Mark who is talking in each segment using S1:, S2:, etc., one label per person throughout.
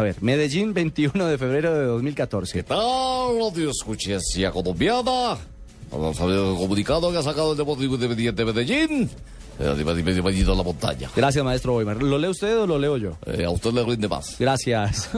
S1: ver, Medellín, 21 de febrero de 2014.
S2: tal, radio escuchencia colombiada? Vamos a ver el comunicado que ha sacado el Deportivo Independiente de Medellín. Eh, de Medellín, de Medellín a la montaña.
S1: Gracias, maestro Weimar. ¿Lo lee usted o lo leo yo?
S2: Eh, a usted le rinde más.
S1: Gracias,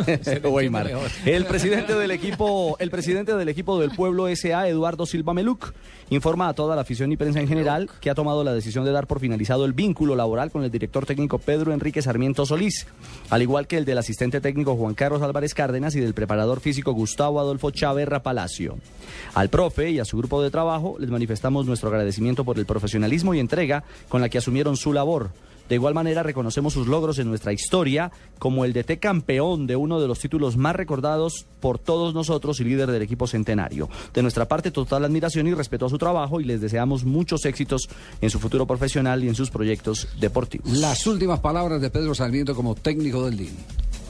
S1: Weimar. El presidente del equipo, el presidente del equipo del pueblo SA, Eduardo Silva Meluc, informa a toda la afición y prensa en general que ha tomado la decisión de dar por finalizado el vínculo laboral con el director técnico Pedro Enrique Sarmiento Solís, al igual que el del asistente técnico Juan Carlos Álvarez Cárdenas y del preparador físico Gustavo Adolfo Chaverra Palacio. Al profe y a su grupo de trabajo les manifestamos nuestro agradecimiento por el profesionalismo y entrega con la que asumieron su labor. De igual manera, reconocemos sus logros en nuestra historia como el DT campeón de uno de los títulos más recordados por todos nosotros y líder del equipo centenario. De nuestra parte, total admiración y respeto a su trabajo y les deseamos muchos éxitos en su futuro profesional y en sus proyectos deportivos.
S3: Las últimas palabras de Pedro Sarmiento como técnico del DIN.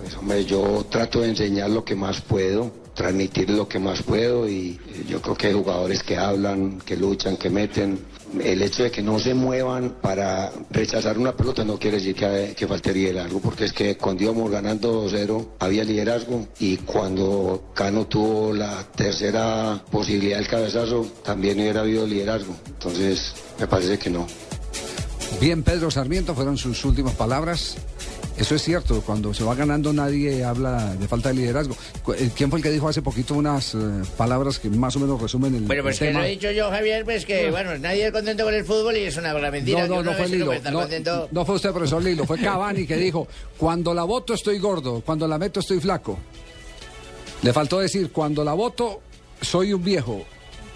S4: Pues hombre, yo trato de enseñar lo que más puedo, transmitir lo que más puedo y eh, yo creo que hay jugadores que hablan, que luchan, que meten. El hecho de que no se muevan para rechazar una pelota no quiere decir que, que falte liderazgo, porque es que cuando íbamos ganando 2-0 había liderazgo y cuando Cano tuvo la tercera posibilidad del cabezazo también hubiera habido liderazgo. Entonces me parece que no.
S3: Bien, Pedro Sarmiento fueron sus últimas palabras. Eso es cierto, cuando se va ganando nadie habla de falta de liderazgo. Cu- eh, ¿Quién fue el que dijo hace poquito unas eh, palabras que más o menos resumen el,
S5: Bueno, pues
S3: el
S5: que
S3: tema?
S5: lo he dicho yo, Javier, pues que, bueno, nadie es contento con el fútbol y es una gran
S3: No,
S5: mentira.
S3: no,
S5: que uno
S3: no
S5: a
S3: fue
S5: veces no
S3: Lilo.
S5: puede estar
S3: No,
S5: contento.
S3: no fue usted, profesor Lilo. Fue Cavani que dijo, cuando la voto estoy gordo, cuando la meto estoy flaco. Le faltó decir, cuando la voto soy un viejo,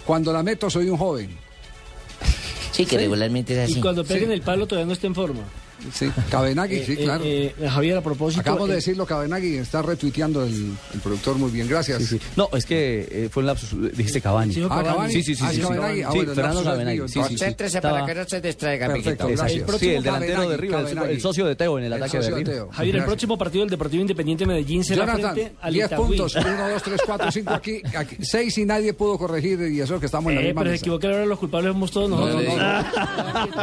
S3: cuando la meto soy un joven.
S5: Sí, que regularmente es
S6: Y cuando peguen el palo todavía no está en forma.
S3: Sí, Cabenagui,
S6: Eh,
S3: sí,
S6: eh,
S3: claro.
S6: eh, Javier, a propósito...
S3: Acabamos de
S6: eh,
S3: decirlo, Cabenagui, está retuiteando el, el productor muy bien, gracias.
S1: No, es que eh, fue un lapsus. Dijiste Cavani.
S6: Sí,
S3: Ah, Cavani.
S1: Sí, sí, sí.
S3: Ah,
S1: sí, sí.
S3: Cabenagui. Ah, bueno,
S1: Sí,
S3: el
S1: Fernando
S3: lapsus es
S1: Cabenagui.
S3: mío,
S1: Sí, sí, sí.
S5: Concéntrese
S1: Estaba-
S5: para que no se distraiga,
S3: Perfecto,
S5: mijito.
S3: gracias.
S1: Sí, el
S3: próximo
S1: delantero
S3: Cabenagui,
S1: de River, el-
S3: Cabenagui.
S1: el socio de Teo en el ataque de
S3: socio
S1: River.
S3: Teo.
S6: Javier, el
S3: Gracias.
S6: próximo partido del Deportivo Independiente de Medellín será
S3: Jonathan,
S6: frente al
S3: 10
S6: Itagüí.
S3: puntos, 1, 2, 3, 4, 5 aquí, aquí, 6 y nadie pudo corregir y eso que estamos en la
S6: Eh,
S3: misma
S6: pero se Ah,
S3: mesa.
S6: equivoca, ahora los culpables somos todos
S3: No, no,
S6: nosotros.
S3: no, no.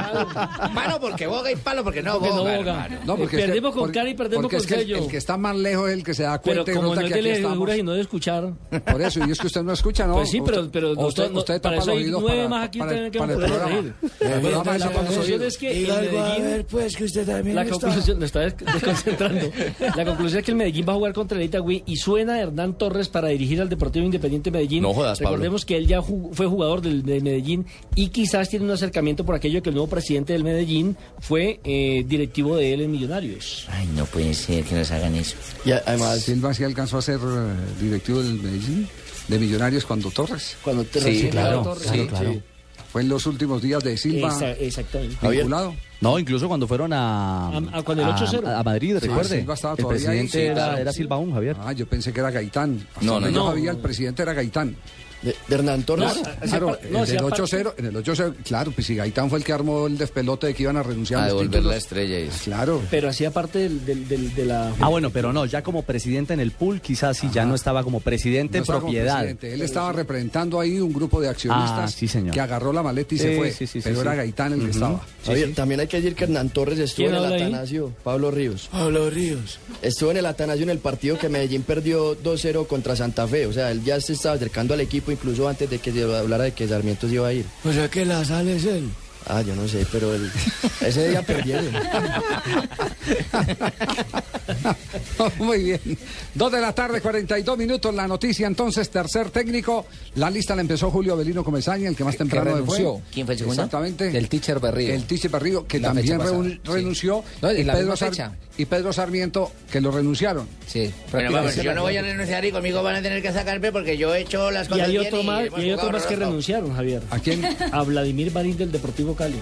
S5: Mano porque boga y palo porque no
S6: Porque no
S5: boga,
S6: boga.
S5: hermano.
S3: No, porque es que-
S6: Perdemos con
S3: porque-
S6: cara y perdemos
S3: porque
S6: con
S3: es que el-
S6: sello.
S3: El, que está más lejos es el que se da
S6: Pero
S3: cuenta y
S6: como
S3: nota
S6: no es
S3: que
S6: de
S3: aquí
S6: legislatura
S3: estamos.
S6: y no de escuchar...
S3: Por eso, y es que usted no escucha, ¿no?
S6: Pues sí, pero,
S3: Usted-
S6: pero
S3: usted,
S6: usted, no-
S3: usted tapa
S6: para eso
S3: los
S6: hay
S3: oídos
S6: nueve
S3: para-
S6: más aquí
S3: para el-
S6: también que
S3: para el
S6: poder
S3: programa.
S6: corregir.
S3: El programa
S6: Entonces,
S3: es
S6: La
S3: para los
S6: conclusión
S3: oídos.
S6: es que el Medellín...
S5: pues que usted también
S6: La conclusión, me está des- desconcentrando. La conclusión es que el Medellín va a jugar contra el Itagüí y suena Hernán Torres para dirigir al Deportivo Independiente Medellín.
S2: No jodas, Pablo.
S6: Recordemos que él ya ju- fue jugador del, del Medellín y quizás tiene un acercamiento por aquello que el nuevo presidente del Medellín fue eh, directivo de él en Millonarios.
S5: Ay, no puede ser que nos hagan eso.
S3: Silva sí alcanzó a ser eh, directivo del Medellín, de Millonarios cuando Torres.
S6: Cuando te
S2: recién claro,
S6: Torres.
S2: claro, claro.
S3: Fue en los últimos días de Silva
S6: Esa- exactamente.
S3: vinculado.
S1: No, incluso cuando fueron a,
S6: A- a- cuando el 8-0.
S1: a, a Madrid, recuerde.
S3: Silva estaba
S1: el
S3: todavía ahí,
S1: presidente
S3: sí,
S1: era,
S3: claro.
S1: era Silva Un, Javier.
S3: Ah, yo pensé que era Gaitán. Hasta
S2: No,
S3: donde
S2: no,
S3: yo
S6: no.
S3: sabía, el presidente era Gaitán.
S6: Torres.
S3: Claro, en el 8-0, en el 8-0, claro, pues si Gaitán fue el que armó el despelote de que iban a renunciar
S2: A
S3: a los
S2: devolver la
S3: títulos.
S2: estrella. y eso.
S3: Claro.
S6: Pero hacía parte del, del- del- de la...
S1: Ah, bueno, pero no, ya como presidente en el pool, quizás sí, ya no estaba como presidente
S3: No estaba como
S1: propiedad.
S3: presidente, Él estaba representando ahí un grupo de accionistas
S1: Ah, sí, señor.
S3: que agarró la maleta y se
S1: Eh,
S3: fue.
S1: sí, sí, sí,
S3: pero
S1: sí.
S3: era Gaitán el que estaba.
S7: Javier, también hay que decir que Hernán Torres estuvo
S6: ¿Quién
S7: en el
S6: habla ahí?
S7: Atanasio, Pablo Ríos. Pablo Ríos. Estuvo en el Atanasio en el partido que Medellín perdió 2-0 contra Santa Fe. O sea, él ya se estaba acercando al equipo incluso antes de que se hablara de que Sarmiento se iba a ir. O sea, que la sale es él. Ah, yo no sé, pero él, ese día perdieron.
S3: Muy bien. Dos de la tarde, 42 minutos. La noticia entonces, tercer técnico. La lista la empezó Julio Avelino Comesaña, el que más temprano
S8: renunció.
S3: fue.
S5: ¿Quién fue el segundo?
S3: Exactamente.
S8: El teacher Berrío.
S3: El teacher Berrío, que
S8: La
S3: también
S8: fecha
S3: reun-
S8: pasada, sí.
S3: renunció.
S8: No, y la
S3: Pedro
S8: misma
S3: Sar-
S8: fecha.
S3: y Pedro Sarmiento, que lo renunciaron.
S8: Sí.
S5: Bueno, vamos, yo no voy a renunciar y conmigo van a tener que sacarme porque yo he hecho las
S6: Y
S5: cosas
S6: hay
S5: bien
S6: otro más,
S5: hemos
S6: y hay otro
S5: jugado
S6: más que
S5: horroroso.
S6: renunciaron, Javier.
S3: ¿A quién?
S6: A Vladimir Barín del Deportivo Cali.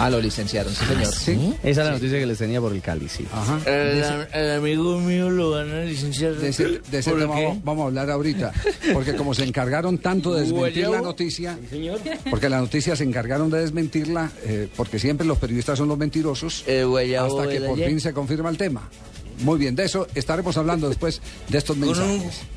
S8: Ah, lo licenciaron, sí, señor.
S3: Sí.
S1: Esa es la noticia que les tenía por el Cali, sí.
S3: Ajá.
S5: El, am- el amigo mío lo van a licenciar.
S3: De ese, de ese
S5: ¿Por
S3: tema
S5: qué?
S3: vamos, vamos a hablar ahorita, porque como se encargaron tanto de desmentir la noticia,
S6: Señor.
S3: porque la noticia se encargaron de desmentirla, eh, porque siempre los periodistas son los mentirosos,
S8: Eh, guayabo
S3: hasta que
S8: del
S3: por
S8: ayer.
S3: fin se confirma el tema. Muy bien, de eso estaremos hablando después de estos
S5: un-
S3: mensajes.